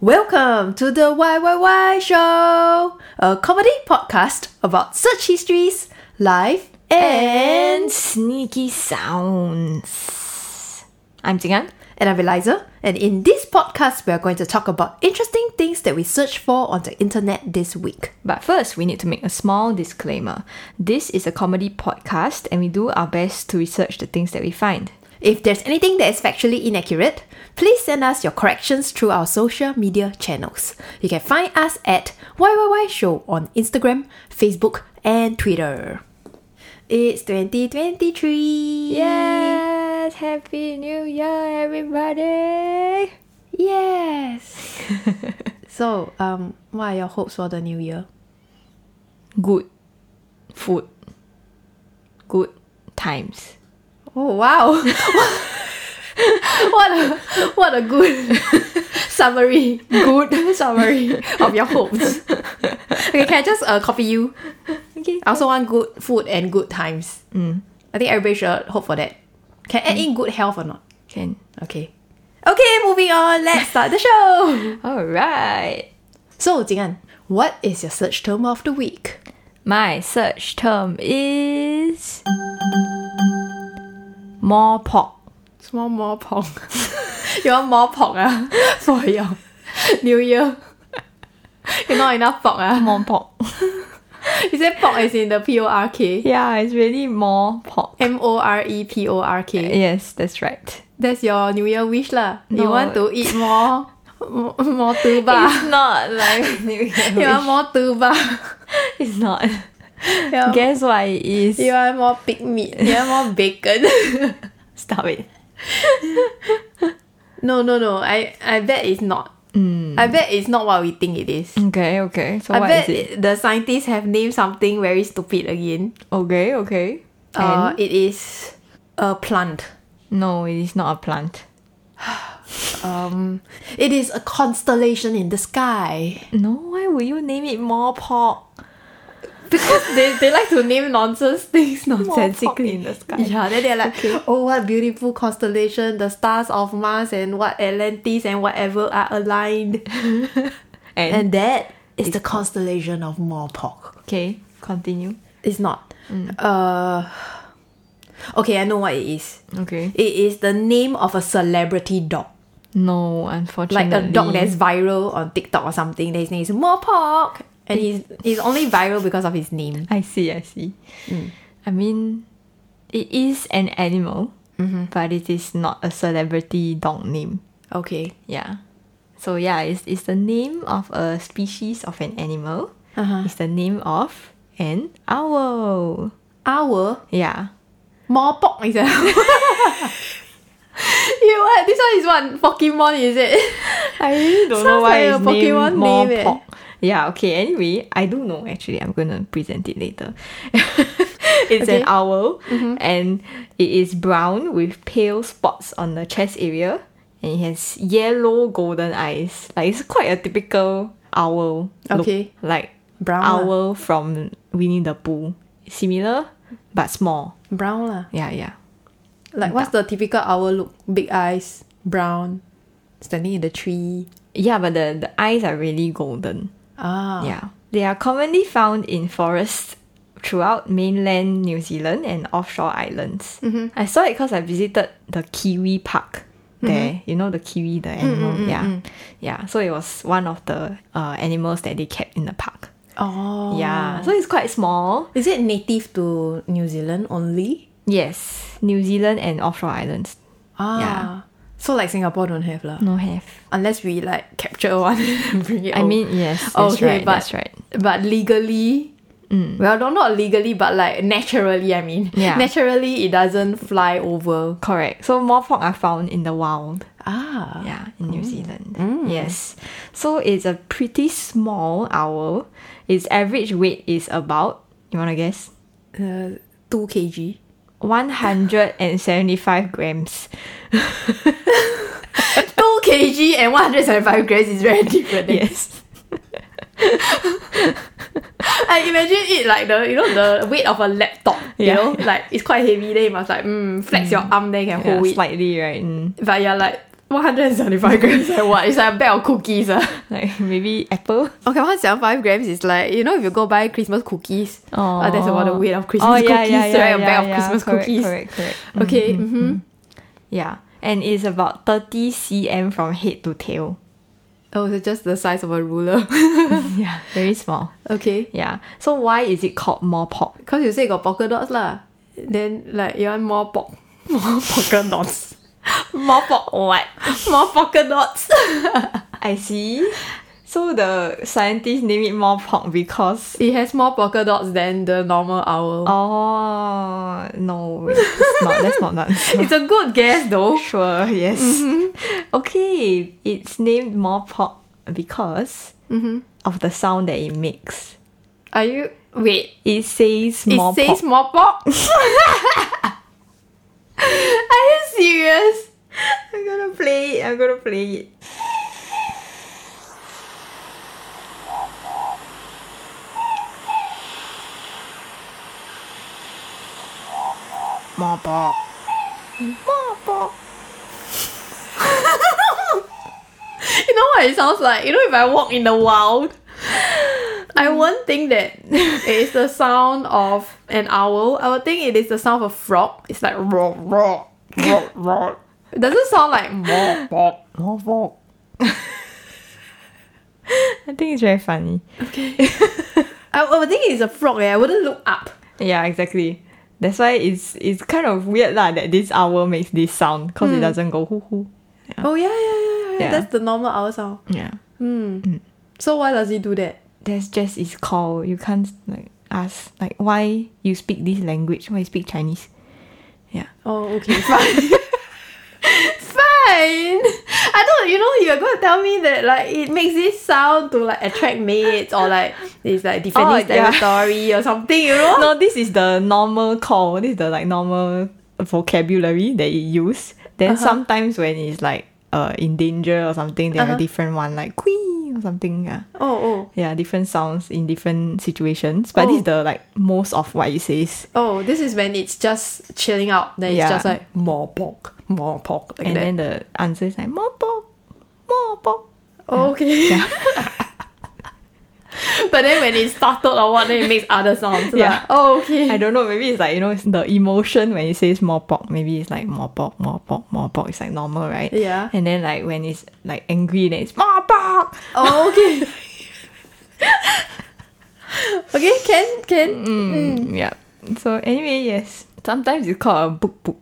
Welcome to the YYY Show, a comedy podcast about search histories, life, and. and sneaky sounds. I'm Jingan. And I'm Eliza, and in this podcast, we are going to talk about interesting things that we searched for on the internet this week. But first, we need to make a small disclaimer. This is a comedy podcast, and we do our best to research the things that we find. If there's anything that is factually inaccurate, please send us your corrections through our social media channels. You can find us at YYY Show on Instagram, Facebook, and Twitter. It's 2023! Yes! Happy New Year, everybody! Yes! so, um, what are your hopes for the new year? Good food, good times. Oh wow! what a what a good summary, good summary of your hopes. Okay, can I just uh, copy you? Okay. I also want good food and good times. I think everybody should hope for that. Can add in good health or not? Can. Mm. Okay. Okay, moving on. Let's start the show. Alright! So, Jingan, what is your search term of the week? My search term is. More pork. Small more pork. you want more pork ah, for your New Year. you not enough pork ah. More pork. You said pork is in the P O R K. Yeah, it's really more pork. M O R E P O R K. Yes, that's right. That's your New Year wish lah. You No. want to eat more, more, more tuba. It's not like New Year. You want more tuba. It's not. You want, Guess what it is? you want more pig meat. You want more bacon. Stop it. no, no, no. I, I bet it's not. I bet it's not what we think it is. Okay, okay. So I Hmm. what is bet it? the scientists have named something very stupid again. Okay, okay. Uh, it is a plant. No, it is not a plant. Um, it is a constellation in the sky. No, why would you name it more pork? Because they, they like to name nonsense things nonsensically. in the sky. Yeah, then they're like, oh, what beautiful constellation, the stars of Mars and what Atlantis and whatever are aligned. And, And that is the constellation of Morpok. okay, continue. It's not. Uh, okay, I know what it is. Okay. It is the name of a celebrity dog. No, Like unfortunately. a dog that's viral on TikTok or something. His name is Morpok. And he's, he's only viral because of his name. I see, I see. I mean, it is an animal, but it is not a celebrity dog name. Okay. Yeah. So yeah, it's, it's the name of a species of an animal. Uh-huh. It's the name of an owl. Our Yeah. More pork is it? you what? This one is what Pokemon is it? I really don't Sounds like a Pokemon name, more eh. pork. Yeah, okay, anyway, I do know actually. I'm gonna present it later. it's Okay. Mm-hmm. an owl and it is brown with pale spots on the chest area and it has yellow golden eyes. Like it's quite a typical owl. look, Okay. like Brown ah. lah. owl from Winnie the Pooh. Similar but small. Brown lah. Yeah, yeah. Like what's the typical owl look? Big eyes, brown, standing in the tree. Yeah, but the, the eyes are really golden. Ah. Yeah. They are commonly found in forests throughout mainland New Zealand and offshore islands. Mm-hmm. I saw it because I visited the Kiwi Park there. You know the kiwi, the Mm-hmm, animal. yeah. Yeah. So it was one of the uh, animals that they kept in the park. Oh. Yeah. So it's quite small. Is it native to New Zealand only? Yes. New Zealand and offshore islands. Ah. Yeah. So like Singapore don't have lah. No have. Unless we like capture one and bring it I over. mean, yes. That's oh. Okay, right. but that's right. but legally well not, not legally but like naturally I mean. Mm. Yeah. Naturally it doesn't fly over. Correct. So more pork are found in the wild. Ah. Yeah, in New Zealand. Yes. So it's a pretty small owl. Its average weight is about, you want to guess? Uh, 2 kg. 175 grams. 2 kg and 175 grams is very different. Yes. I imagine it like the, you know, the weight of a laptop, you Yeah. know, like it's quite heavy. Then you must like, mm, flex your arm, then you can Yeah, hold it. slightly, right? Mm. But you're like, 175 grams like what? It's like a bag of cookies. ah. Like maybe apple. Okay, 175 grams is like, you know, if you go buy Christmas cookies, uh, that's about the weight of Christmas Oh, yeah, cookies, yeah, yeah, right? a yeah, bag of yeah. Christmas Correct, cookies. Correct, correct. Okay, mm-hmm. Yeah. And it's about 30 cm from head to tail. Oh, so just the size of a ruler. yeah, very small. okay. Yeah. So why is it called more pop? Because you say got polka dots lah. Then like you want more pop more polka dots. More pop what? more polka dots. I see. So the scientists name it more pop because it has more polka dots than the normal owl. oh no, wait, it's not. That's not nonsense. It's a good guess though. Sure, yes. Mm-hmm. Okay, it's named more pop because Mm-hmm. of the sound that it makes. Are you wait, It says it more says pop. more pop? Are you serious? I'm gonna play it. I'm gonna play it. More pop. More pop. You know what it sounds like? You know if I walk in the wild I won't think that it is the sound of an owl. I would think it is the sound of a frog. It's like roar, roar, roar, roar. It doesn't sound like more pop. More pop. I think it's very funny. I, I would think it's a frog. Eh? I wouldn't look up. Yeah, exactly. That's why it's it's kind of weird lah that this owl makes this sound because it doesn't go hoo hoo. Oh yeah, yeah, yeah, yeah. Yeah. That's the normal owl sound. Yeah. So why does he do that? that's just its call. You can't like ask like why you speak this language, why you speak Chinese. Yeah. Oh, okay, fine, fine. I thought you know you're gonna tell me that like it makes this sound to like attract mates or like it's like defending Oh, its yeah. territory or something. You know. No, this is the normal call. This is the like normal vocabulary that it use. Then Uh-huh. sometimes when it's like uh in danger or something, there are Uh-huh. different one like quee or something. Yeah. Oh, oh, Yeah, different sounds in different situations. But this is the like most of what it says. oh. This is when it's just chilling out. Then it's Yeah. just like more pork, more pork like and that. then the answer is like more pop, more pop. Okay. but then when it's startled or what, then it makes other sounds. Yeah. Yeah. oh, okay. I don't know. Maybe it's like you know, it's the emotion when it says more pork. Maybe it's like more pork, more pork, more pork. It's like normal, right? Yeah. And then like when it's like angry, then it's more pork. Oh, okay. okay, can can Mm, Yeah. So anyway, yes. Sometimes it's called a book book,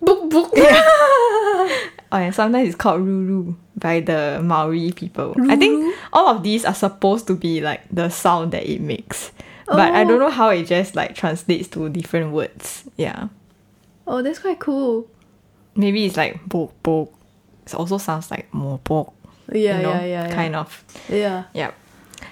book book. oh, and sometimes it's called ruru by the Maori people. I think all of these are supposed to be like the sound that it makes, but I Oh. don't know how it just like translates to different words. Yeah. Oh, that's quite cool. Maybe it's like book book. It also sounds like more pork. Yeah, you know, yeah, yeah, yeah. Kind of. Yeah. Yep.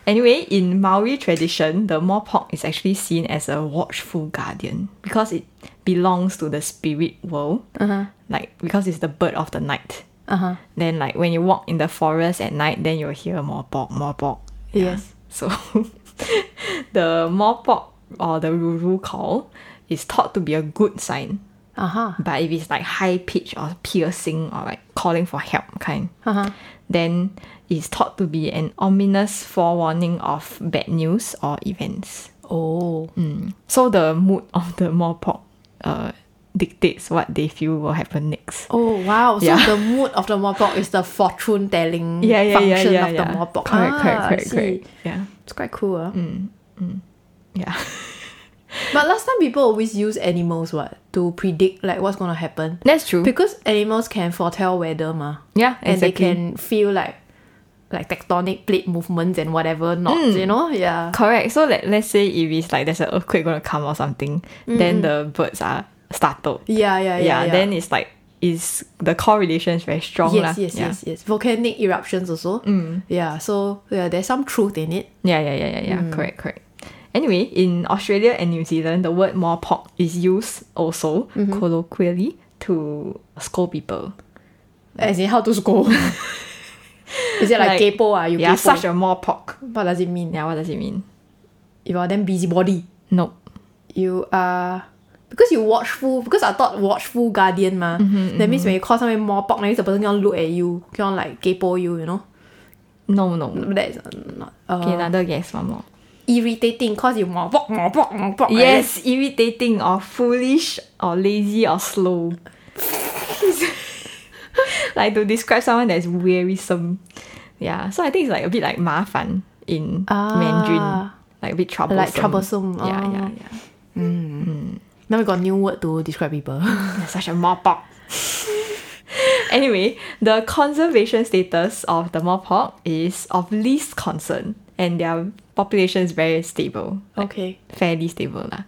Anyway, in Maori tradition, the mopok is actually seen as a watchful guardian because it belongs to the spirit world. Uh-huh. Like because it's the bird of the night. Uh-huh. Then like when you walk in the forest at night, then you'll hear mopok, mopok. Yes. So the mopok or the ruru call is thought to be a good sign. Uh-huh. But if it's like high pitch or piercing or like calling for help kind, Uh-huh. then it's thought to be an ominous forewarning of bad news or events. Oh. Mm. So the mood of the mopok uh, dictates what they feel will happen next. Oh wow. So Yeah. the mood of the mopok is the fortune telling Yeah, yeah, yeah, function yeah, of yeah. the mopok. Correct, ah, correct, I correct, see. correct. Mm. Yeah, It's quite cool. ah. yeah. But last time people always use animals what to predict like what's gonna happen. That's true. Because animals can foretell weather ma. Yeah, And exactly. they can feel like like tectonic plate movements and whatever not, Hmm. you know? Yeah. Correct. So let, let's say if it's like there's an earthquake going to come or something, Mm-hmm. then the birds are startled. Yeah, yeah, yeah. Yeah, Yeah, then it's like is the correlation is very strong. lah. Yes, yes, yeah. Hmm. yes, yes. Volcanic eruptions also. Yeah, so yeah, there's some truth in it. Yeah, yeah, yeah, yeah, yeah. Mm. Correct, correct. Anyway, in Australia and New Zealand, the word "mopok" is used also Mm-hmm. colloquially to scold people. As in how to score. Is it like, Like- kaypo ah? You yeah, kaypo? such a mopok. what does it mean? Yeah, what does it mean? You are then busybody. Nope. You are Because you watchful, because I thought watchful guardian ma. that means when you call someone more pork, that means the person can look at you, can like gapo you, you know. No, no. That is not uh, Okay, another guess, one more. irritating cause you more pork, more pork, more pork. Yes, irritating or foolish or lazy or slow. like to describe someone that is wearisome. Yeah, so I think it's like a bit like 麻烦 in Mandarin. Ah. Like a bit troublesome. Like troublesome, Yeah, oh. yeah, yeah. Now we got a new word to describe people. You're such a mopok. anyway, the conservation status of the mopok is of least concern, and their population is very stable, okay. fairly stable lah.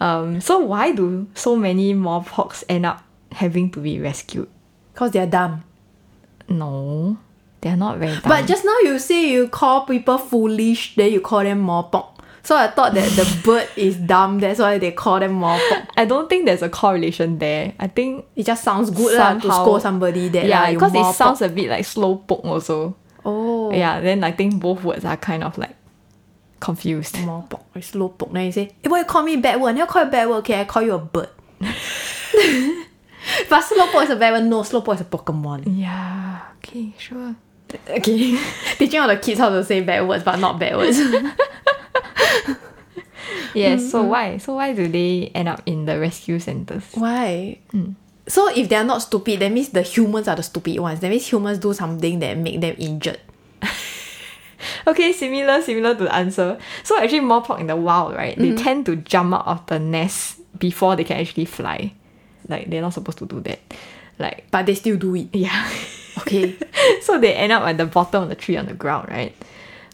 Um, so why do so many mopoks end up having to be rescued? Cause they're dumb. No, they are not very. Dumb. But just now you say you call people foolish, then you call them more pork. So I thought that the bird is dumb, that's why they call them more pork. I don't think there's a correlation there. I think It just sounds good lah to Somehow. scold somebody that lah, yeah, you because more it sounds a bit like slow poke also. pork. Oh Yeah, then I think both words are kind of like confused. more pork. It's low pork. Then you say, hey, why you call me bad word? I never call you bad word, okay, I call you a bird. but slow pork is a bad word. No, slow pork is a Pokemon. Yeah. Okay, sure. Okay. Teaching all the kids how to say bad words but not bad words. Yes. So Mm-hmm. why? So why do they end up in the rescue centers? Why? So if they are not stupid, that means the humans are the stupid ones. That means humans do something that make them injured. Okay, similar, similar to the answer. So actually, more pork in the wild, right? They tend to jump out of the nest before they can actually fly. Like they're not supposed to do that. Like But they still do it. yeah. Okay. so they end up at the bottom of the tree on the ground, right?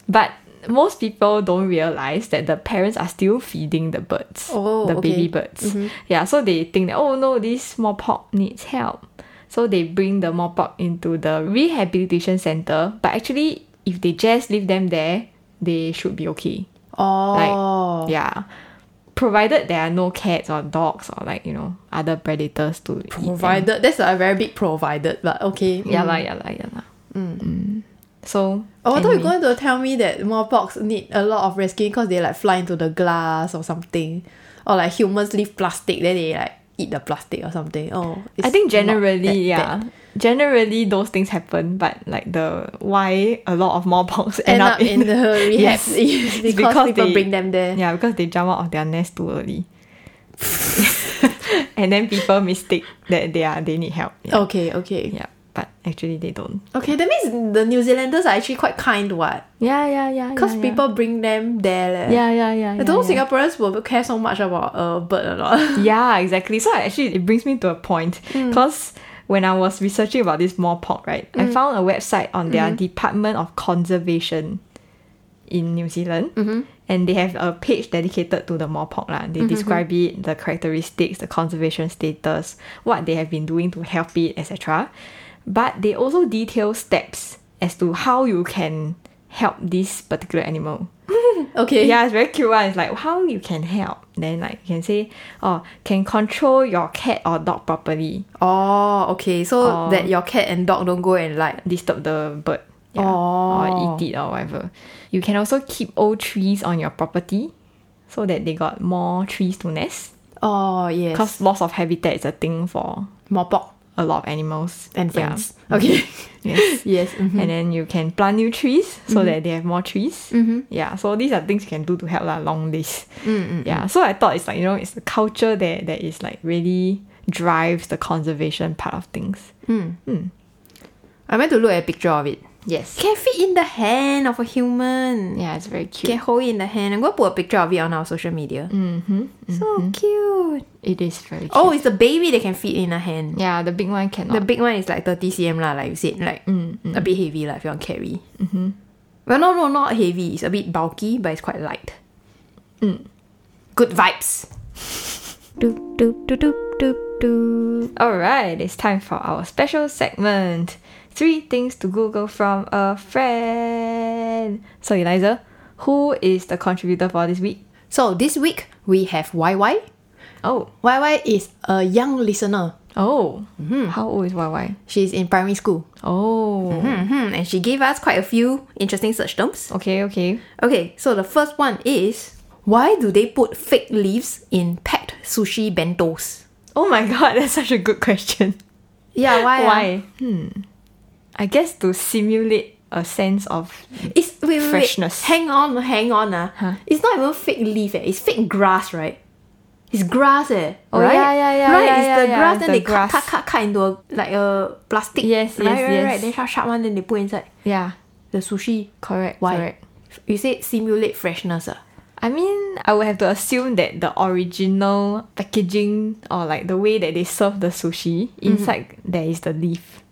But most people don't realize that the parents are still feeding the birds, Oh, the okay. Mm-hmm. baby birds. Yeah, so they think that oh no, this small pork needs help. So they bring the small pork into the rehabilitation center. But actually, if they just leave them there, they should be okay. Like Oh. yeah, provided there are no cats or dogs or like you know other predators to eat them. provided. That's a very big provided, but okay. Yeah Mm. lah, yeah lah, yeah lah. Mm. So Oh, I thought you anyway. were going to tell me that more porks need a lot of rescuing because they like fly into the glass or something. Or like humans leave plastic, then they like eat the plastic or something. Oh, I it's think not generally, that yeah. bad. Generally, those things happen, but like the why a lot of mobs End up in the rehab Yes. yes. because, It's because people they- bring them there. yeah because they jump out of their nest too early, and then people mistake that they are they need help. Yeah, Okay, okay. yeah but actually they don't. Okay, that means the New Zealanders are actually quite kind, what? Yeah, yeah, yeah. Because yeah, people bring them there. leh. Yeah, yeah, yeah. I don't think Singaporeans will care so much about a uh, bird or not. Yeah, exactly. So actually, it brings me to a point because when I was researching about this more pork, right, I found a website on their Department of Conservation in New Zealand, and they have a page dedicated to the more pork lah. They describe it, the characteristics, the conservation status, what they have been doing to help it, etc. But they also detail steps as to how you can help this particular animal okay. yeah, it's very cute one. It's like how you can help. Then like you can say, oh, can control your cat or dog properly. Oh, okay. So Or- that your cat and dog don't go and like. Disturb the bird. Yeah. Oh. Or eat it or whatever. You can also keep old trees on your property so that they got more trees to nest. Oh yes. Because loss of habitat is a thing for more pork a lot of animals. and Yeah. friends. Okay. Yes. mm-hmm. yes. mhm. And then you can plant new trees so that they have more trees. Yeah, so these are things you can do to help lah. Long list. Yeah, so I thought it's like you know it's the culture that that is like really drives the conservation part of things. I meant to look at a picture of it. Yes. Can fit in the hand of a human. Yeah, it's very cute. Can hold it in the hand. I'm gonna put a picture of it on our social media. Mm-hmm. So cute. It is very cute. Mm. Oh, it's the baby that can fit in a hand. yeah, the big one cannot. The big one is like 30 cm lah, like you said, like Mm, a bit heavy lah if you want carry. Mm-hmm. Well, no, no, not heavy. It's a bit bulky, but it's quite light. Mm. Good vibes. doop, doop, doop, doop, doop, doop. All right, it's time for our special segment. Three things to Google from a friend. So Eliza, who is the contributor for this week? So this week we have YY. Oh, YY is a young listener. oh, how old is YY? She's in primary school. Oh, hmm And she gave us quite a few interesting search terms. okay, okay. Okay, so the first one is why do they put fake leaves in packed sushi bentos? Oh my god, that's such a good question. Yeah, why? ah? Why? Hmm. I guess to simulate a sense of It's wait, wait, Freshness. Wait. Hang on, hang on. Ah, it's not even fake leaf. Eh. It's fake grass, right? It's grass, eh? Oh, right? yeah, yeah, yeah, Right, yeah, it's yeah, the yeah, grass. Then the they cut, grass. cut, cut, cut into a, like a plastic. Yes, right, yes, right, right. yes. Then sharp, sharp one. Then they put inside yeah, the sushi. correct, Why? correct. You said simulate freshness, ah. I mean, I would have to assume that the original packaging or like the way that they serve the sushi inside there is the leaf.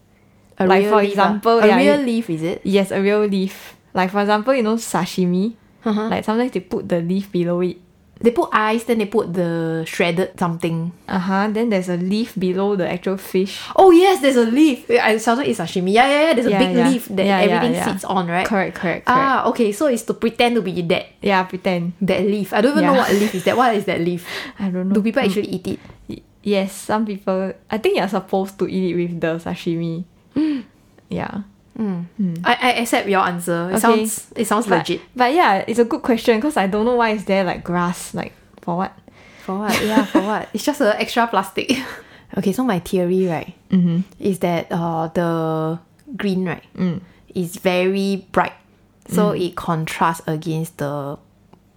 A Like, real for leaf, ah. example, a yeah, real you- leaf is it? Yes, a real leaf. Like for example, you know sashimi. Like sometimes they put the leaf below it. They put ice, then they put the shredded something. Uh huh. Then there's a leaf below the actual fish. Oh yes, there's a leaf. Yeah, I started eat sashimi. Yeah, yeah, yeah. There's a Yeah, big yeah. leaf that Yeah, yeah, everything yeah. sits on, right? Correct, correct, correct. Ah, okay. So it's to pretend to be that yeah, pretend. that leaf. I don't even know Yeah. what leaf is that. What is that leaf? I don't know. Mm. Do people actually eat it? Y- Yes, some people. I think you're supposed to eat it with the sashimi. yeah. I, I accept your answer. It Okay. sounds it sounds But- legit. But yeah, it's a good question because I don't know why is there like grass like for what. For what? Yeah, for what? It's just a extra plastic. okay, so my theory, right, mm-hmm. Mm. is that uh the green, right, is very bright, so it contrasts against the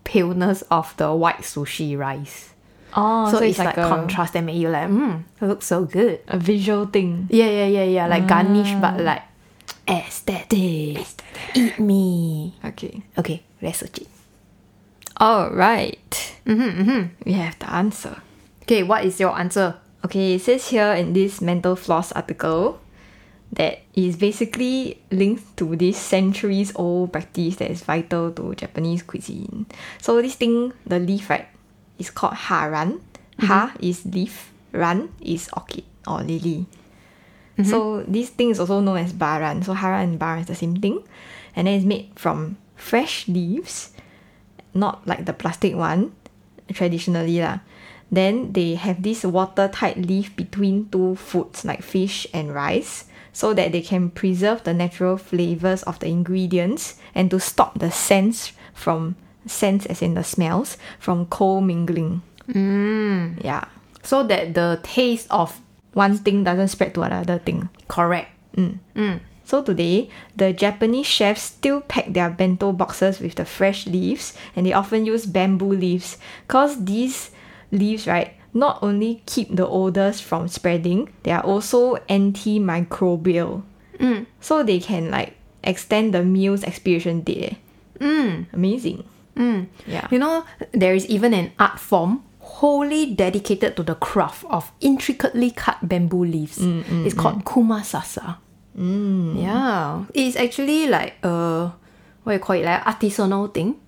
paleness of the white sushi rice. Oh, So, it's, like, a, contrast and make you like, mm, it looks so good. a visual thing. Yeah, yeah, yeah, yeah. Like garnish, but like aesthetic. Eat me. Okay. Okay, let's search it. All right. Mm-hmm, We have the answer. Okay, what is your answer? Okay, it says here in this mental floss article that is basically linked to this centuries old practice that is vital to Japanese cuisine. So this thing, the leaf, right, is called haran. Ha is leaf, ran is orchid or lily. So this thing is also known as baran. So haran and baran is the same thing. And then it's made from fresh leaves not like the plastic one traditionally lah. Then they have this watertight leaf between two foods like fish and rice so that they can preserve the natural flavors of the ingredients and to stop the scents from scents as in the smells from co-mingling. Mm. Yeah. So that the taste of One thing doesn't spread to another thing. correct. So today, the Japanese chefs still pack their bento boxes with the fresh leaves and they often use bamboo leaves because these leaves, right, not only keep the odors from spreading, they are also antimicrobial. So they can like extend the meal's expiration date. Mm. Amazing. Yeah. You know, there is even an art form wholly dedicated to the craft of intricately cut bamboo leaves. it's called kumasasa. Yeah, it's actually like a what you call it, like artisanal thing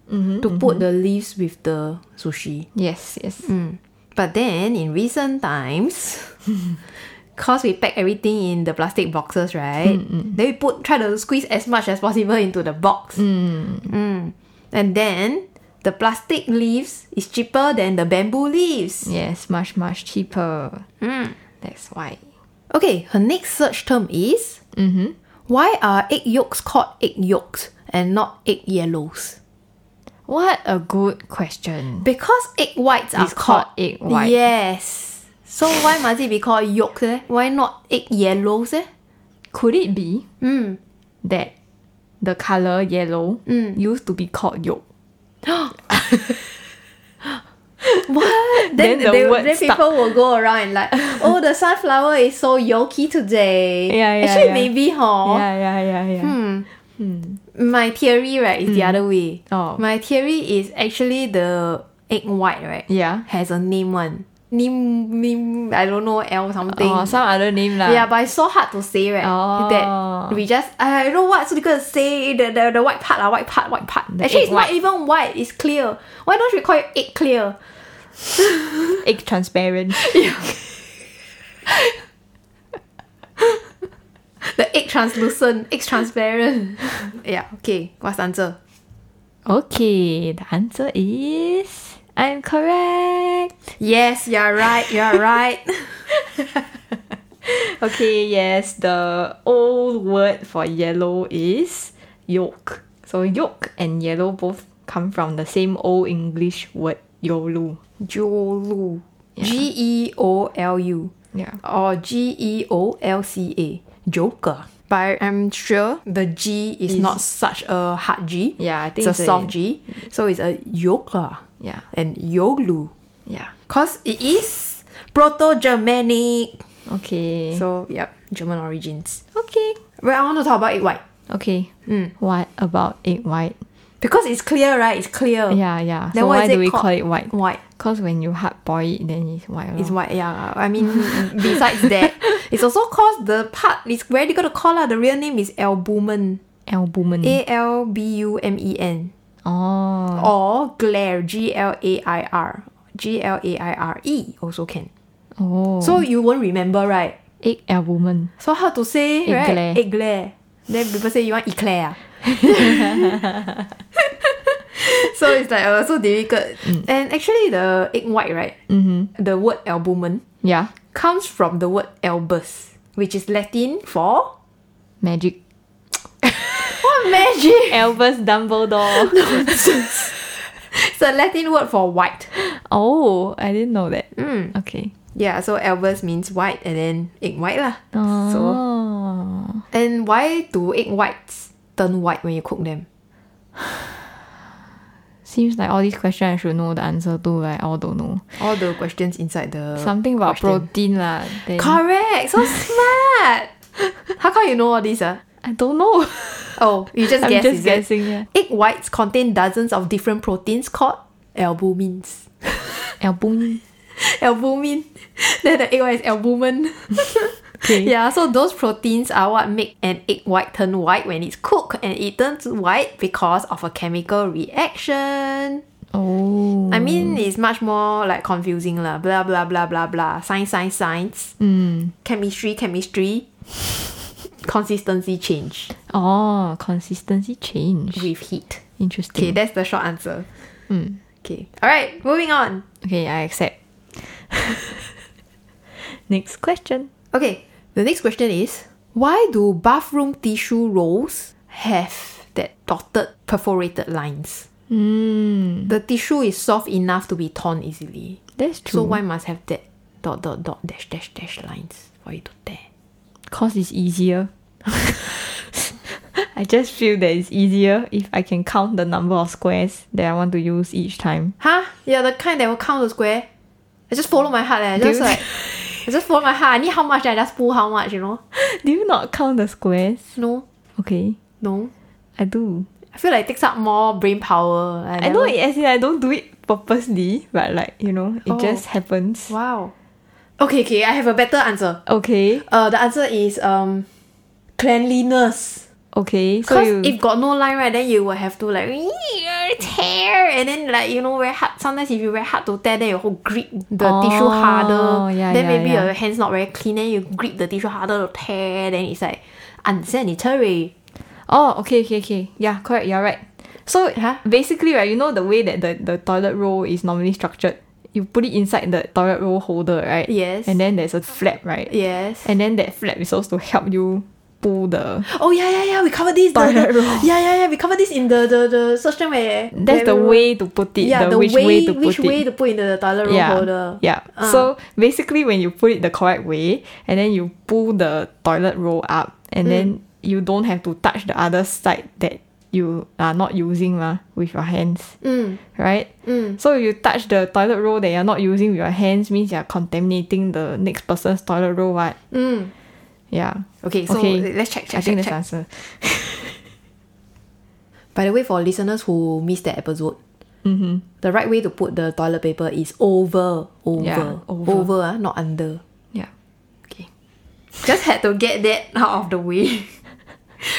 to put the leaves with the sushi. Yes, yes. But then in recent times, because we pack everything in the plastic boxes, right? Mm, Then we put try to squeeze as much as possible into the box. Mm. And then the plastic leaves is cheaper than the bamboo leaves. Yes, much, much cheaper. That's why. Okay, her next search term is Mm-hmm. why are egg yolks called egg yolks and not egg yellows? What a good question. Because egg whites are It's called egg white. Yes. So why must it be called yolk? Eh? Why not egg yellows? Eh? Could it be that the color yellow used to be called yolk? What? Then, Then the they, word then stuck. people will go around and like, oh, the sunflower is so yolky today. Yeah, yeah, Actually, yeah. maybe, huh? Yeah, yeah, yeah, yeah. My theory, right, is the other way. Oh. My theory is actually the egg white, right? Yeah. Has a name one. Name, name, I don't know, L something. Or some other name lah. Yeah, but it's so hard to say, right? That Oh. we just, I don't know what so going to say, the, the, the white part, lah, white part, white part. The Actually, egg it's not white. even white, it's clear. Why don't we call it egg clear? Egg transparent. The egg translucent, egg transparent. yeah, okay. What's the answer? okay, the answer is I'm correct. Yes, you're right, you're right. Okay, yes, the old word for yellow is yolk. So yolk and yellow both come from the same old English word yolu. Jolu. G E O L U Yeah. or G E O L C A. Joker. But I'm sure the G is, not such a hard G. Yeah, I it's think a it's a- soft G. So it's a yoker. Yeah. And yoglu. Yeah. Because it is Proto Germanic. Okay. So, yep, German origins. okay. Well, I want to talk about egg white. Okay. Hmm. What about egg white? Because it's clear, right? It's clear. Yeah, yeah. Oh. Then so why why is do it we called call it white? White. Because when you hard boil it, then it's white. It's lor. white, yeah. I mean, besides that, it's also called the part, it's where you got to call out. The real name is albumen. albumen. A L B U M E N. oh, Or glaire. G L A I R. G L A I R E also can. oh. So you won't remember, right? egg albumen. So how to say, Eclair. right? Eclair. Then people say you want ah?" eclair. so it's like uh, so difficult. Mm. And actually the egg white, right? Mm-hmm. The word albumen Yeah, comes from the word albus, which is Latin for magic. what magic? Albus Dumbledore. it's a Latin word for white. Oh, I didn't know that. Hmm. Okay. Yeah, so albus means white and then egg white lah. So Oh. and why do egg whites turn white when you cook them? Seems like all these questions I should know the answer to, but I all don't know. All the questions inside the Something about Uh, question. protein lah. Then Correct. So smart. How come you know all this? ah? I don't know. Oh, you just I'm guess. is it? just guessing. Yeah. Egg whites contain dozens of different proteins called albumins. Albumin. Albumin. then the egg white is albumin. Okay. yeah, so those proteins are what make an egg white turn white when it's cooked, and it turns white because of a chemical reaction. Oh. I mean, it's much more like confusing lah. Blah blah blah blah blah. Science, science, science. Chemistry, chemistry. Consistency change Oh, consistency change. with heat. Interesting. Okay, that's the short answer. Okay. All right, moving on. Okay, I accept. Next question. Okay, the next question is why do bathroom tissue rolls have that dotted perforated lines? Mm, The tissue is soft enough to be torn easily. that's So true. why must have that dot dot dot dash dash dash lines for you to tear? Cause it's easier. I just feel that it's easier if I can count the number of squares that I want to use each time. Huh? Yeah, the kind that will count the square. I just follow my heart. Eh. I Do just you- like I just follow my heart. I need how much, then I just pull how much, you know? Do you not count the squares? No, Okay, no. I do. I feel like it takes up more brain power. I, I know it as in I don't do it purposely, but like, you know, it Oh. just happens. Wow. Okay, okay, I have a better answer. Okay, Uh, the answer is um, cleanliness. okay. So Because you if got no line, right, then you will have to like tear, and then like you know very hard. Sometimes if you very hard to tear, then you whole grip the Oh, tissue harder. yeah, then yeah, maybe yeah. your hands not very clean, then you grip the tissue harder to tear. Then it's like unsanitary. Oh, okay, okay, okay. Yeah, correct. You're right. So Huh? basically, right, you know the way that the, the toilet roll is normally structured. You put it inside the toilet roll holder, right? Yes. And then there's a flap, right? Yes. And then that flap is supposed to help you pull the. oh yeah, yeah, yeah. We covered this. the- Toilet the- roll. Yeah, yeah, yeah. We covered this in the the the section where where That's the we were- way to put it. Yeah, the, the which way, to put which it. way to put in the toilet roll yeah. holder. Yeah. Uh. So basically, when you put it the correct way, and then you pull the toilet roll up, and Mm. then you don't have to touch the other side that you are not using lah with your hands. Mm, right? Mm. So if you touch the toilet roll that you're not using with your hands means you're contaminating the next person's toilet roll, what? mm. Yeah. Okay, so Okay. let's check, check, I think check, that's the check. answer. By the way, for listeners who missed that episode, Mm-hmm. the right way to put the toilet paper is over, over, Yeah, over, over. ah, not under. Yeah. Okay. Just had to get that out of the way.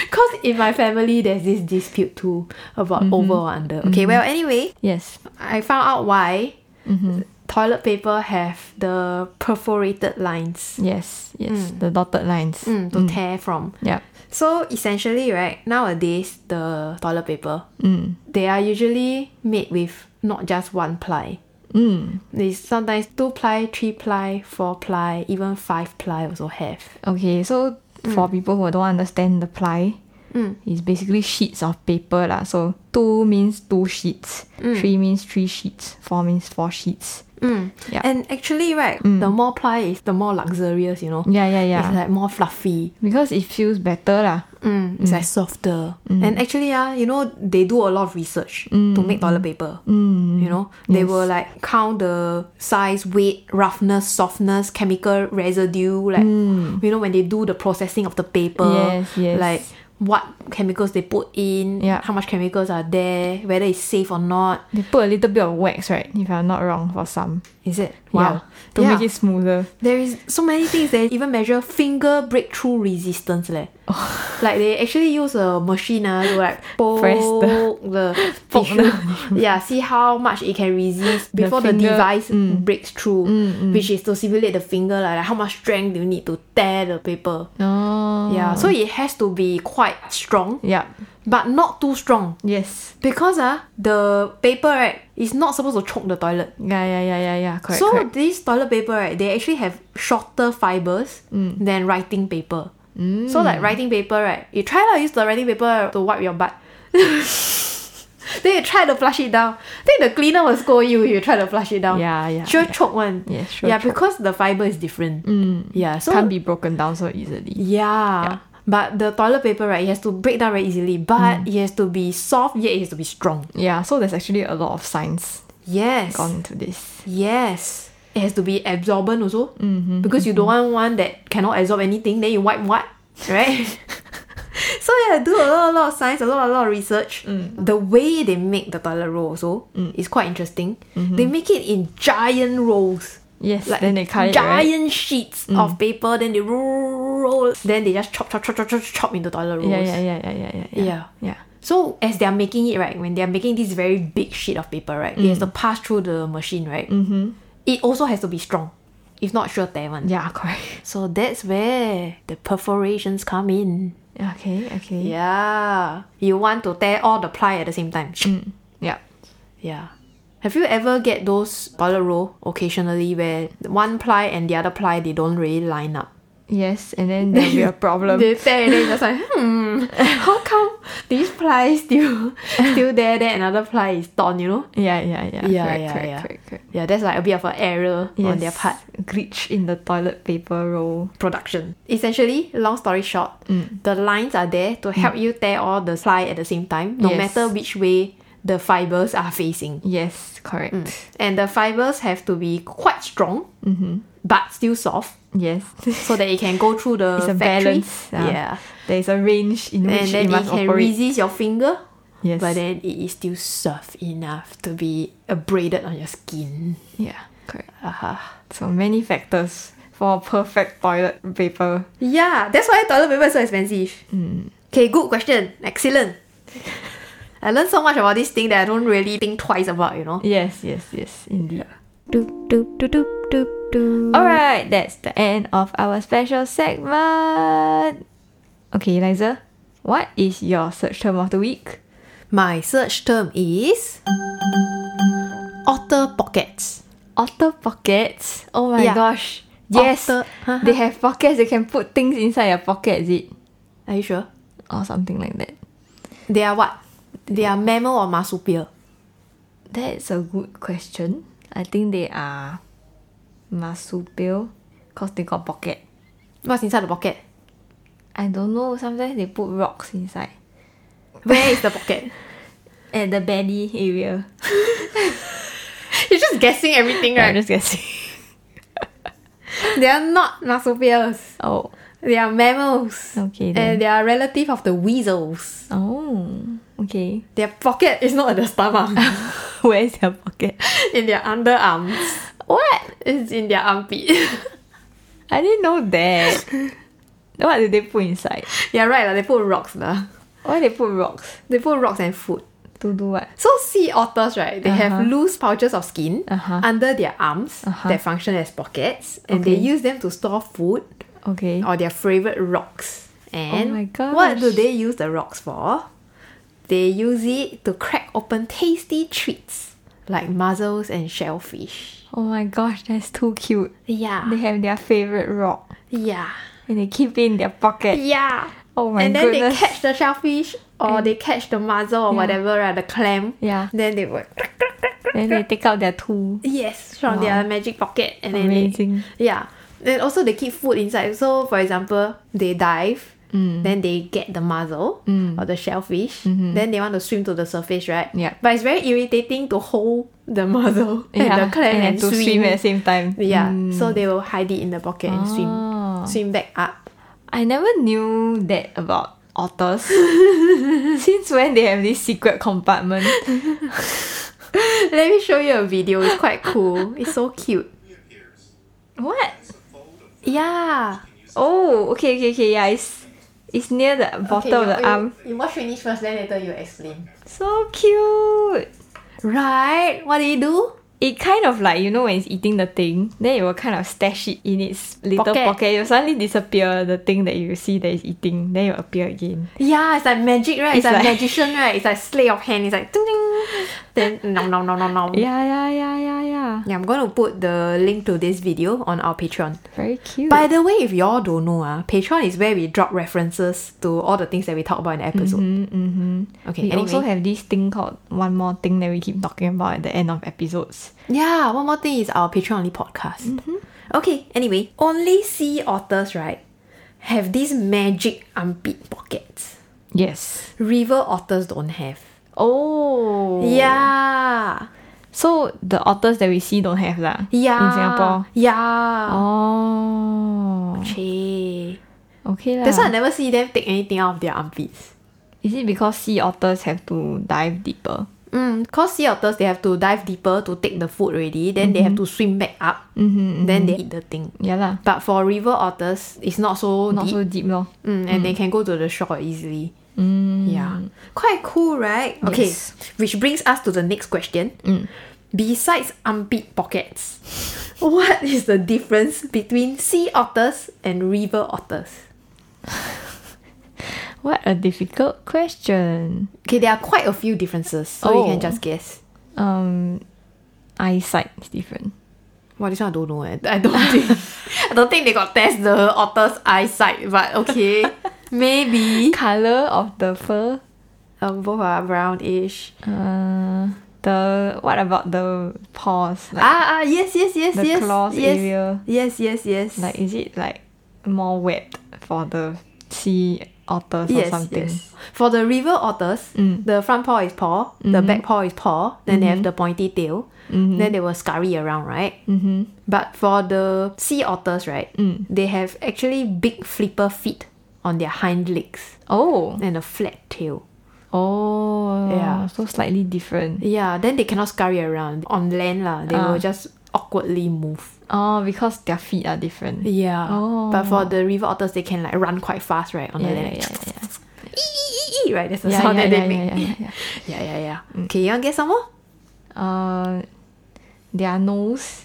Because in my family, there's this dispute too about Mm-hmm. over or under. Okay, well, anyway, Yes. I found out why Mm-hmm. toilet paper have the perforated lines Yes. Yes. The dotted lines. mm, to tear from. Yeah. So essentially, right nowadays the toilet paper Mm. they are usually made with not just one ply. Mm. They sometimes two ply, three ply, four ply, even five ply also have. Mm. Okay. So for people who don't understand the ply, It's basically sheets of paper lah. So two means two sheets, Mm. three means three sheets, four means four sheets. Yeah. And actually, right, the more ply is the more luxurious, you know. Yeah, yeah, yeah. It's like more fluffy. because it feels better lah. Mm, it's like softer. Mm. And actually, ah, you know, they do a lot of research to make toilet paper. Mm. You know, they will like count the size, weight, roughness, softness, chemical residue. Like, you know, when they do the processing of the paper, Mm. Yes, yes. like what chemicals they put in, Yeah. how much chemicals are there, whether it's safe or not. They put a little bit of wax, right? If I'm not wrong, for some. Is it? Yeah, to make it smoother. There is so many things they even measure finger breakthrough resistance leh. Like they actually use a machine ah, to like poke Press the, the- Poke tissue. yeah, see how much it can resist before the, finger, Mm. device breaks through, which is to simulate the finger lah, like how much strength you need to tear the paper. Oh. Yeah, so it has to be quite strong, Yeah. but not too strong. Yes. Because ah, the paper right is not supposed to choke the toilet. Yeah, yeah, yeah, yeah, yeah. Correct. So correct. these toilet paper, right? They actually have shorter fibers Mm. than writing paper. So like writing paper, right? You try to use the writing paper to wipe your butt. then you try to flush it down. Then the cleaner will scold you if you try to flush it down. Yeah, yeah, Sure, choke one. Yes, sure Yeah, choke. Mm. because the fiber is different. Yeah, so Can't be broken down so easily. yeah. But the toilet paper, right, it has to break down very easily, but Mm. it has to be soft, yet it has to be strong. Yeah, so there's actually a lot of science Yes. gone to this. Yes. It has to be absorbent also. Mm-hmm, because you don't want one that cannot absorb anything, then you wipe what? Right? so yeah, do a lot, a lot of science, a lot, a lot of research. Mm. The way they make the toilet roll also is quite interesting. They make it in giant rolls. Yes, Mm-hmm. then they cut it, right? Mm. giant sheets of paper, then they roll, roll, then they just chop, chop, chop, chop, chop, chop into toilet rolls. Yeah, yeah, yeah, yeah, yeah, yeah, yeah. Yeah. Yeah. So as they're making it right, when they're making this very big sheet of paper right, it has to pass through the machine right. Mm. Mm-hmm. It also has to be strong, if not sure tear one. Yeah, correct. So that's where the perforations come in. Okay, okay. Yeah, you want to tear all the ply at the same time. Yeah. Yeah. Have you ever get those toilet roll occasionally where one ply and the other ply they don't really line up? Yes, and then there'll be a problem. They tear and then just like, hmm, how come this ply is still still there, then another ply is torn, you know? yeah, yeah, yeah. Yeah, correct, yeah, correct, yeah. correct, correct. Yeah, that's like a bit of an error on their Yes, part. Glitch in the toilet paper roll. Production. Essentially, long story short, Mm. the lines are there to help you tear all the ply at the same time, no Yes. matter which way the fibers are facing. Yes, correct. And the fibers have to be quite strong, Mm-hmm. but still soft, Yes. so that it can go through the it's a factory. balance. Yeah. There's a range in And which then it it must can operate. resist your finger, yes. but then it is still soft enough to be abraded on your skin. yeah, correct. Uh-huh. So many factors for a perfect toilet paper. Yeah, that's why toilet paper is so expensive. Okay, good question. Excellent. I learned so much about this thing that I don't really think twice about, you know. Yes, yes, yes, indeed. Doop, doop, doop, doop, doop, doop. Alright, that's the end of our special segment. Okay, Eliza, what is your search term of the week? My search term is otter pockets. Otter pockets. Oh my Yeah. gosh. Yes. Otter- they have pockets, they can put things inside your pocket, is it? Are you sure? Or something like that. They are what? They are mammal or marsupial? That's a good question. I think they are marsupial because they got pocket. What's inside the pocket? I don't know, sometimes they put rocks inside. Where is the pocket? At the belly area. You're just guessing everything, I'm right? just guessing. they are not marsupials. Oh. They are mammals. Okay then. And they are relative of the weasels. Oh. Okay. Their pocket is not at the stomach. Where's your pocket? in their underarms. What? It's in their armpit. I didn't know that. what did they put inside? yeah, right. lah. they put rocks. lah. Why they put rocks? They put rocks and food. To do what? So sea otters, right? They have loose pouches of skin Uh-huh. under their arms that function as pockets, and they Okay. use them to store food Okay. or their favorite rocks. And Oh my gosh. what do they use the rocks for? They use it to crack open tasty treats like mussels and shellfish. Oh my gosh, that's too cute. Yeah, They have their favorite rock yeah, and they keep it in their pocket. yeah. Oh my and then goodness. they catch the shellfish or they catch the mussel or whatever, right, the clam. Yeah. Then they would then they take out their tool. yes from their magic pocket and then Amazing. They, yeah. And also they keep food inside. So for example, they dive. Mm. Then they get the mussel or the shellfish. Then they want to swim to the surface, right? Mm-hmm. Yeah. But it's very irritating to hold the mussel and the clam and, and, to swim. at the same time. Yeah, so they will hide it in the pocket and Ah. swim, swim back up. I never knew that about otters. Since when they have this secret compartment? Let me show you a video. It's quite cool. It's so cute. what? Yeah. Oh, okay, okay, okay. Yeah, it's it's near the bottom of the arm. You watch finish first, then later you explain. So cute. Right? What do you do? It kind of like you know when it's eating the thing, then it will kind of stash it in its little Pocket. pocket. It will suddenly disappear. The thing that you see that it's eating, then it will appear again. Yeah, it's like magic, right? It's, It's like, like- magician, right? It's like slay of hand. It's like ding ding. Then nom nom nom nom nom. Yeah, yeah, yeah, yeah, yeah. Yeah, I'm gonna put the link to this video on our Patreon. Very cute. By the way, if y'all don't know, ah, Patreon is where we drop references to all the things that we talk about in the episode. Okay, we anyway. also have this thing called one more thing that we keep talking about at the end of episodes. Yeah, one more thing is our Patreon only podcast. Okay, anyway, only sea otters, right, have these magic armpit pockets. Yes. River otters don't have. Oh. Yeah. So the otters that we see don't have lah. Yeah. In Singapore. Yeah. Oh. Chey. Okay lah. That's why I never see them take anything out of their armpits. Is it because sea otters have to dive deeper? Mm, cause sea otters they have to dive deeper to take the food already, then they have to swim back up, then they eat the thing. Yeah lah. But for river otters, it's not so Not deep. so deep lor. Mm, and they can go to the shore easily. Yeah. Quite cool, right? Okay. Mm. Yes. Mm. Which brings us to the next question. Besides armpit pockets, what is the difference between sea otters and river otters? What a difficult question. Okay, there are quite a few differences, so you can Oh. just guess. Um, eyesight is different. Well, this one I don't know. Eh. I don't think. I don't think they got test the otter's eyesight, but okay, maybe. Color of the fur. Um, both are brownish. Uh, the what about the paws? Like, Ah, ah, yes, yes, yes, The yes. claws yes, area. Yes, yes, yes. Like is it like more webbed for the sea otters or something? Mm. For the river otters, the front paw is paw, Mm-hmm. the back paw is paw, then they have the pointy tail, then they will scurry around, right? Mm-hmm. But for the sea otters, right, Mm. they have actually big flipper feet on their hind legs Oh. and a flat tail. Oh. Yeah. So slightly different. Yeah, then they cannot scurry around. On land, lah, they Ah. will just awkwardly move. Oh, because their feet are different. Yeah. Oh. But for the river otters, they can like run quite fast, right? On Yeah, the yeah, land. yeah, yeah. "Ee, ee, ee," Right, that's the Yeah, sound yeah, that yeah, they yeah, Mm. make. yeah, yeah, yeah, yeah, yeah. Okay, you want to get some more? Uh, their nose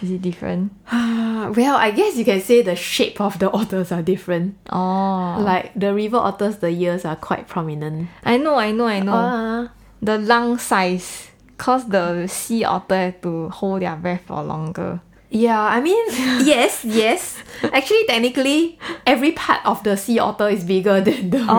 is it different? Ah, well, I guess you can say the shape of the otters are different. Oh, Like the river otters, the ears are quite prominent. I know, I know, I know. Ah, the lung size, cause the sea otter have to hold their breath for longer. yeah, I mean, yes, yes. Actually, technically, every part of the sea otter is bigger than the river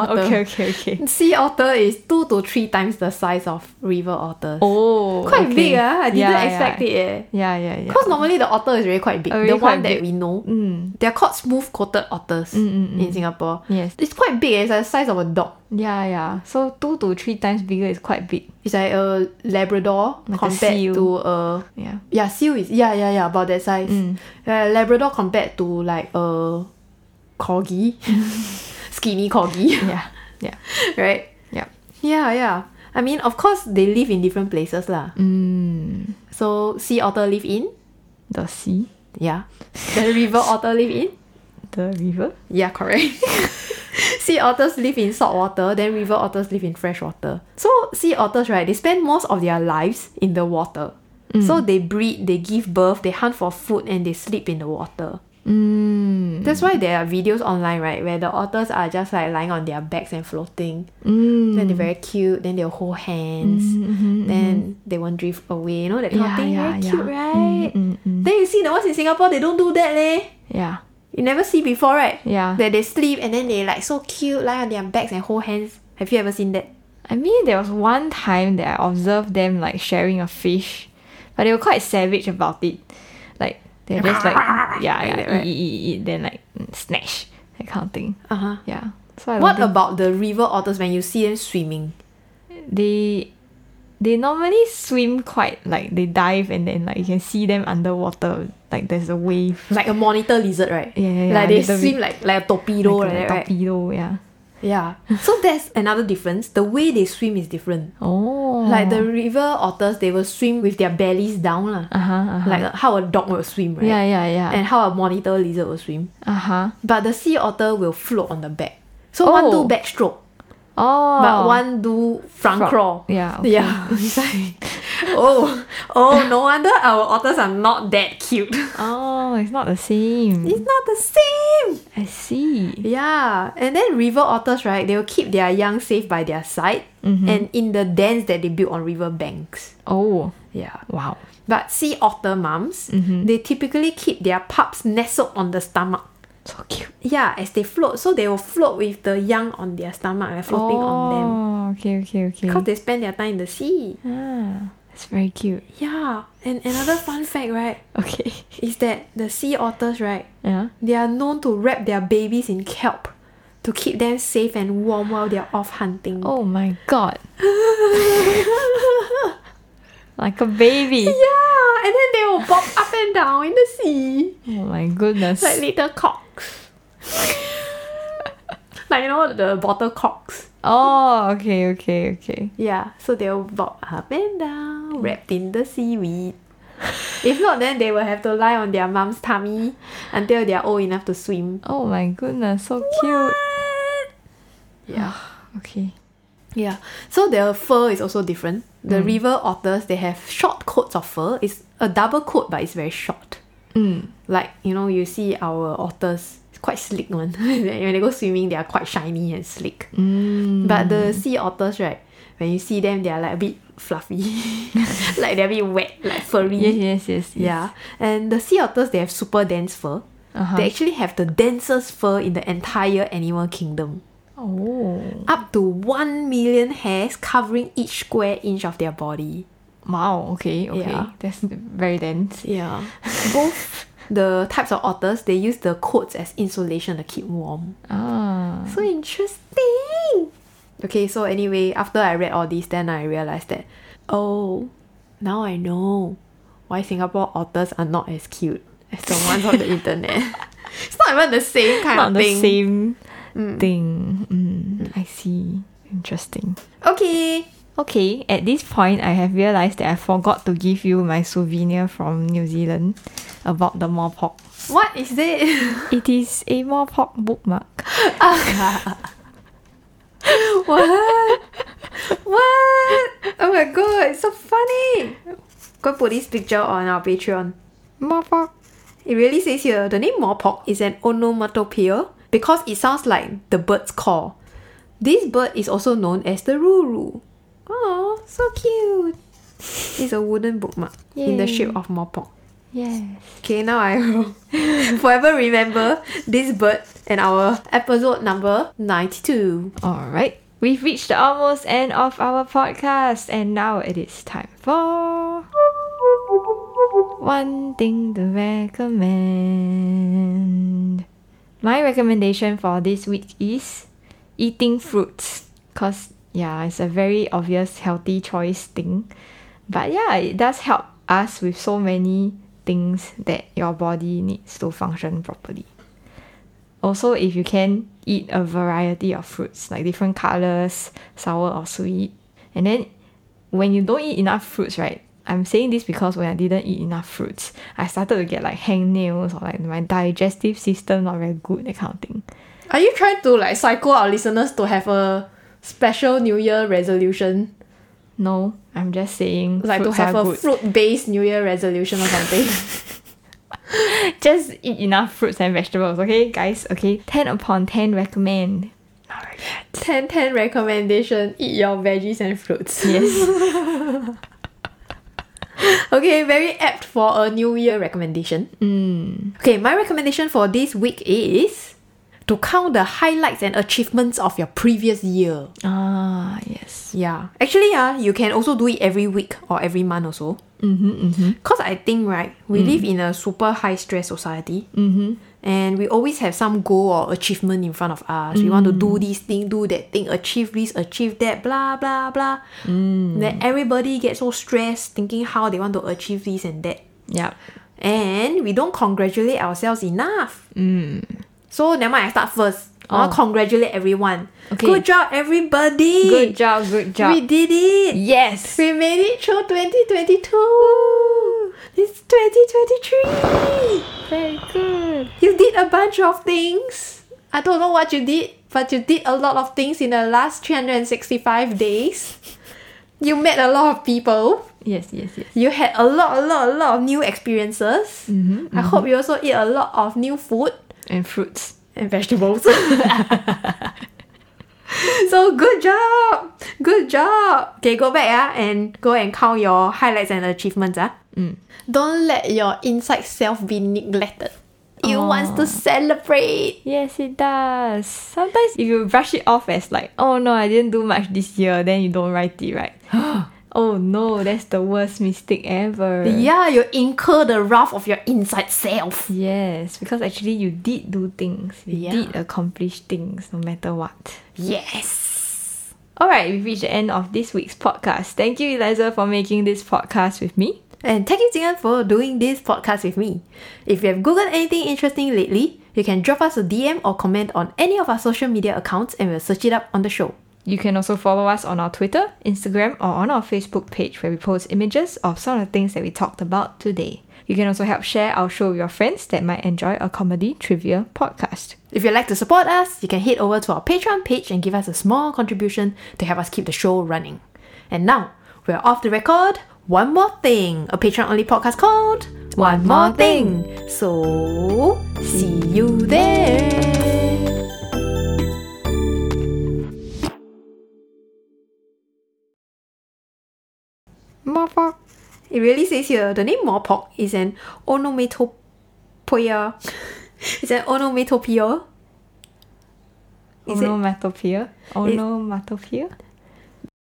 otter. Oh, okay, okay, okay. Sea otter is two to three times the size of river otter. Oh, quite okay. big, ah! I didn't Yeah, expect yeah. it. Eh. Yeah, yeah, yeah. Because normally the otter is really quite big. Already the one quite that big. Mm. we know. They're called smooth coated otters in Singapore. Yes. It's quite big. eh, It's like the size of a dog. Yeah, yeah. So two to three times bigger is quite big. It's like a Labrador Like a compared seal. to a. Yeah. Yeah, seal is. Yeah, yeah, yeah, about that size. Mm. Yeah, Labrador compared to like a corgi. Skinny corgi, Yeah. Yeah. right? Yeah. Yeah, yeah. I mean, of course, they live in different places. lah. Mm. So, sea otter live in? The sea, Yeah. The river otter live in? the river. Yeah, correct. sea otters live in salt water, then river otters live in fresh water. So sea otters, right, they spend most of their lives in the water. Mm. So they breed, they give birth, they hunt for food, and they sleep in the water. Mm. That's why there are videos online, right, where the otters are just like lying on their backs and floating. Mm. Mm-hmm, Then they're very cute. Then they'll hold hands. Then they won't drift away. You know that kind of Yeah, thing. yeah, Mm, very yeah. cute, right? Then you see the ones in Singapore, they don't do that, leh. Yeah. You never see before, right? Yeah. That they sleep and then they like so cute, lie on their backs and hold hands. Have you ever seen that? I mean, there was one time that I observed them like sharing a fish, but they were quite savage about it. Like they're just like yeah, that, yeah right? eat, eat, eat, eat, then like mm, snatch that kind of thing. Uh huh. Yeah. So I What don't about the river otters when you see them swimming? think they they normally swim quite like they dive and then like you can see them underwater like there's a wave Like a monitor lizard, right? Yeah, yeah, yeah, Like they little bit. swim like, like a torpedo, like, like, a that, right? torpedo. Yeah. Yeah. So that's another difference. The way they swim is different. Oh. Like the river otters, they will swim with their bellies down, lah. Uh huh. Uh-huh. Like how a dog will swim, right? Yeah. Yeah. Yeah. And how a monitor lizard will swim. uh huh. But the sea otter will float on the back. So one Oh. do backstroke, Oh. but one do front Frog. crawl. Yeah. Okay. Yeah. It's like, oh, oh, no wonder our otters are not that cute. Oh, it's not the same. it's not the same. I see. Yeah, and then river otters, right? They will keep their young safe by their side Mm-hmm. and in the dens that they build on river banks. Oh, Yeah. wow. But sea otter mums, Mm-hmm. they typically keep their pups nestled on the stomach. So cute. Yeah, as they float, so they will float with the young on their stomach and floating on Oh. them. Okay, okay, okay. Because they spend their time in the sea. ah, that's very cute. Yeah. And another fun fact, right, Okay. is that the sea otters, right, Yeah. they are known to wrap their babies in kelp to keep them safe and warm while they're off hunting. Oh my god. like a baby. Yeah, and then they will bob up and down in the sea Oh my goodness. like little cocks. like you know the bottle cocks. oh, okay, okay, okay. Yeah, so they will bob up and down, wrapped in the seaweed. if not, then they will have to lie on their mom's tummy until they are old enough to swim. Oh my goodness, so cute. Yeah. Okay. Yeah. So their fur is also different. The Mm. river otters they have short coats of fur. It's a double coat but it's very short. Mm. Like, you know, you see our otters, it's quite slick one. when they go swimming, they are quite shiny and slick. Mm. But the sea otters, right, when you see them, they are like a bit fluffy. like they're a bit wet, like furry. Yes, yes, yes. yes. Yeah. And the sea otters, they have super dense fur. Uh-huh. They actually have the densest fur in the entire animal kingdom. Oh. Up to 1 million hairs covering each square inch of their body. Wow. Okay. Okay. Yeah. That's very dense. Yeah. Both the types of otters, they use the coats as insulation to keep warm. Ah. So interesting. Okay, so anyway, after I read all this, then I realized that, oh, now I know why Singapore otters are not as cute as the ones on the internet. It's not even the same kind not of the thing. same thing. Mm, I see. Interesting. Okay. Okay, at this point, I have realized that I forgot to give you my souvenir from New Zealand about the More Pork. What is it? It is a More Pork bookmark. what? What? Oh my god, it's so funny. Go put this picture on our Patreon. More Pork. It really says here the name Morpok is an onomatopoeia because it sounds like the bird's call. This bird is also known as the Ruru. Oh, so cute! It's a wooden bookmark in the Yay. shape of Morpok. Yes. Okay, now I will forever remember this bird and our episode number 92. All right. We've reached the almost end of our podcast, and now it is time for one thing to recommend. My recommendation for this week is eating fruits because, yeah, it's a very obvious healthy choice thing. But yeah, it does help us with so many things that your body needs to function properly also if you can eat a variety of fruits like different colors sour or sweet and then when you don't eat enough fruits right i'm saying this because when i didn't eat enough fruits i started to get like hangnails or like my digestive system not very good that kind of thing Are you trying to like psycho our listeners to have a special New Year resolution? no i'm just saying Like fruits to have are a good. fruit based New Year resolution or something? just eat enough fruits and vegetables okay guys okay 10 upon 10 recommend not very bad 10 10 recommendation eat your veggies and fruits. Yes. okay, very apt for a new year recommendation. Hmm. Okay, my recommendation for this week is to count the highlights and achievements of your previous year. Ah, yes. Yeah. Actually, uh, you can also do it every week or every month also. Mm-hmm, Because I think, right, we Mm. live in a super high stress society. Mm-hmm. And we always have some goal or achievement in front of us. We want to Mm. do this thing, do that thing, achieve this, achieve that, blah, blah, blah. Mm. Then everybody gets so stressed thinking how they want to achieve this and that. Yep. And we don't congratulate ourselves enough. Mm. So, never mind, I start first. I want to congratulate everyone. Oh. Okay. Good job, everybody. Good job, good job. We did it. yes. We made it through 2022. It's 2023. Very good. You did a bunch of things. I don't know what you did, but you did a lot of things in the last 365 days. You met a lot of people. Yes, yes, yes. You had a lot, a lot, a lot of new experiences. Mm-hmm, I hope you also eat a lot of new food And fruits. and vegetables. so good job, good job. Okay, go back ah, and go and count your highlights and achievements ah. Don't let your inside self be neglected. You wants to celebrate. Yes, it does. Sometimes if you brush it off as like, oh no, I didn't do much this year, then you don't write it right. oh no, that's the worst mistake ever. Yeah, you incur the wrath of your inside self. Yes, because actually you did do things. You Yeah. did accomplish things no matter what. Yes. Alright, we've reached the end of this week's podcast. Thank you, Eliza, for making this podcast with me. And thank you, Jingan, for doing this podcast with me. If you have Googled anything interesting lately, you can drop us a DM or comment on any of our social media accounts and we'll search it up on the show. You can also follow us on our Twitter, Instagram, or on our Facebook page where we post images of some of the things that we talked about today. You can also help share our show with your friends that might enjoy a comedy trivia podcast. If you'd like to support us, you can head over to our Patreon page and give us a small contribution to help us keep the show running. And now, we're off the record. One More Thing, a Patreon only podcast called One More Thing. So, see you there. Motherfuck. It really says here the name Morpok is an onomatopoeia. it's an onomatopoeia. Is it- Onomatopoeia. Onomatopoeia?